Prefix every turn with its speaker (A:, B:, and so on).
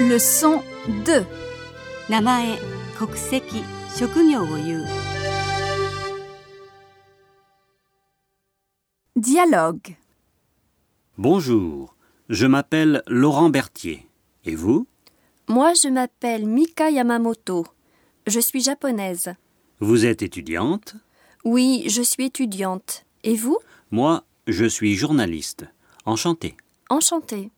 A: Leçon 2.
B: 名前国籍職業を言う
A: Dialogue.
C: Bonjour, je m'appelle Laurent Berthier. Et vous
D: Moi, je m'appelle Mika Yamamoto. Je suis japonaise.
C: Vous êtes étudiante
D: Oui, je suis étudiante. Et vous
C: Moi, je suis journaliste. Enchanté.
D: Enchantée.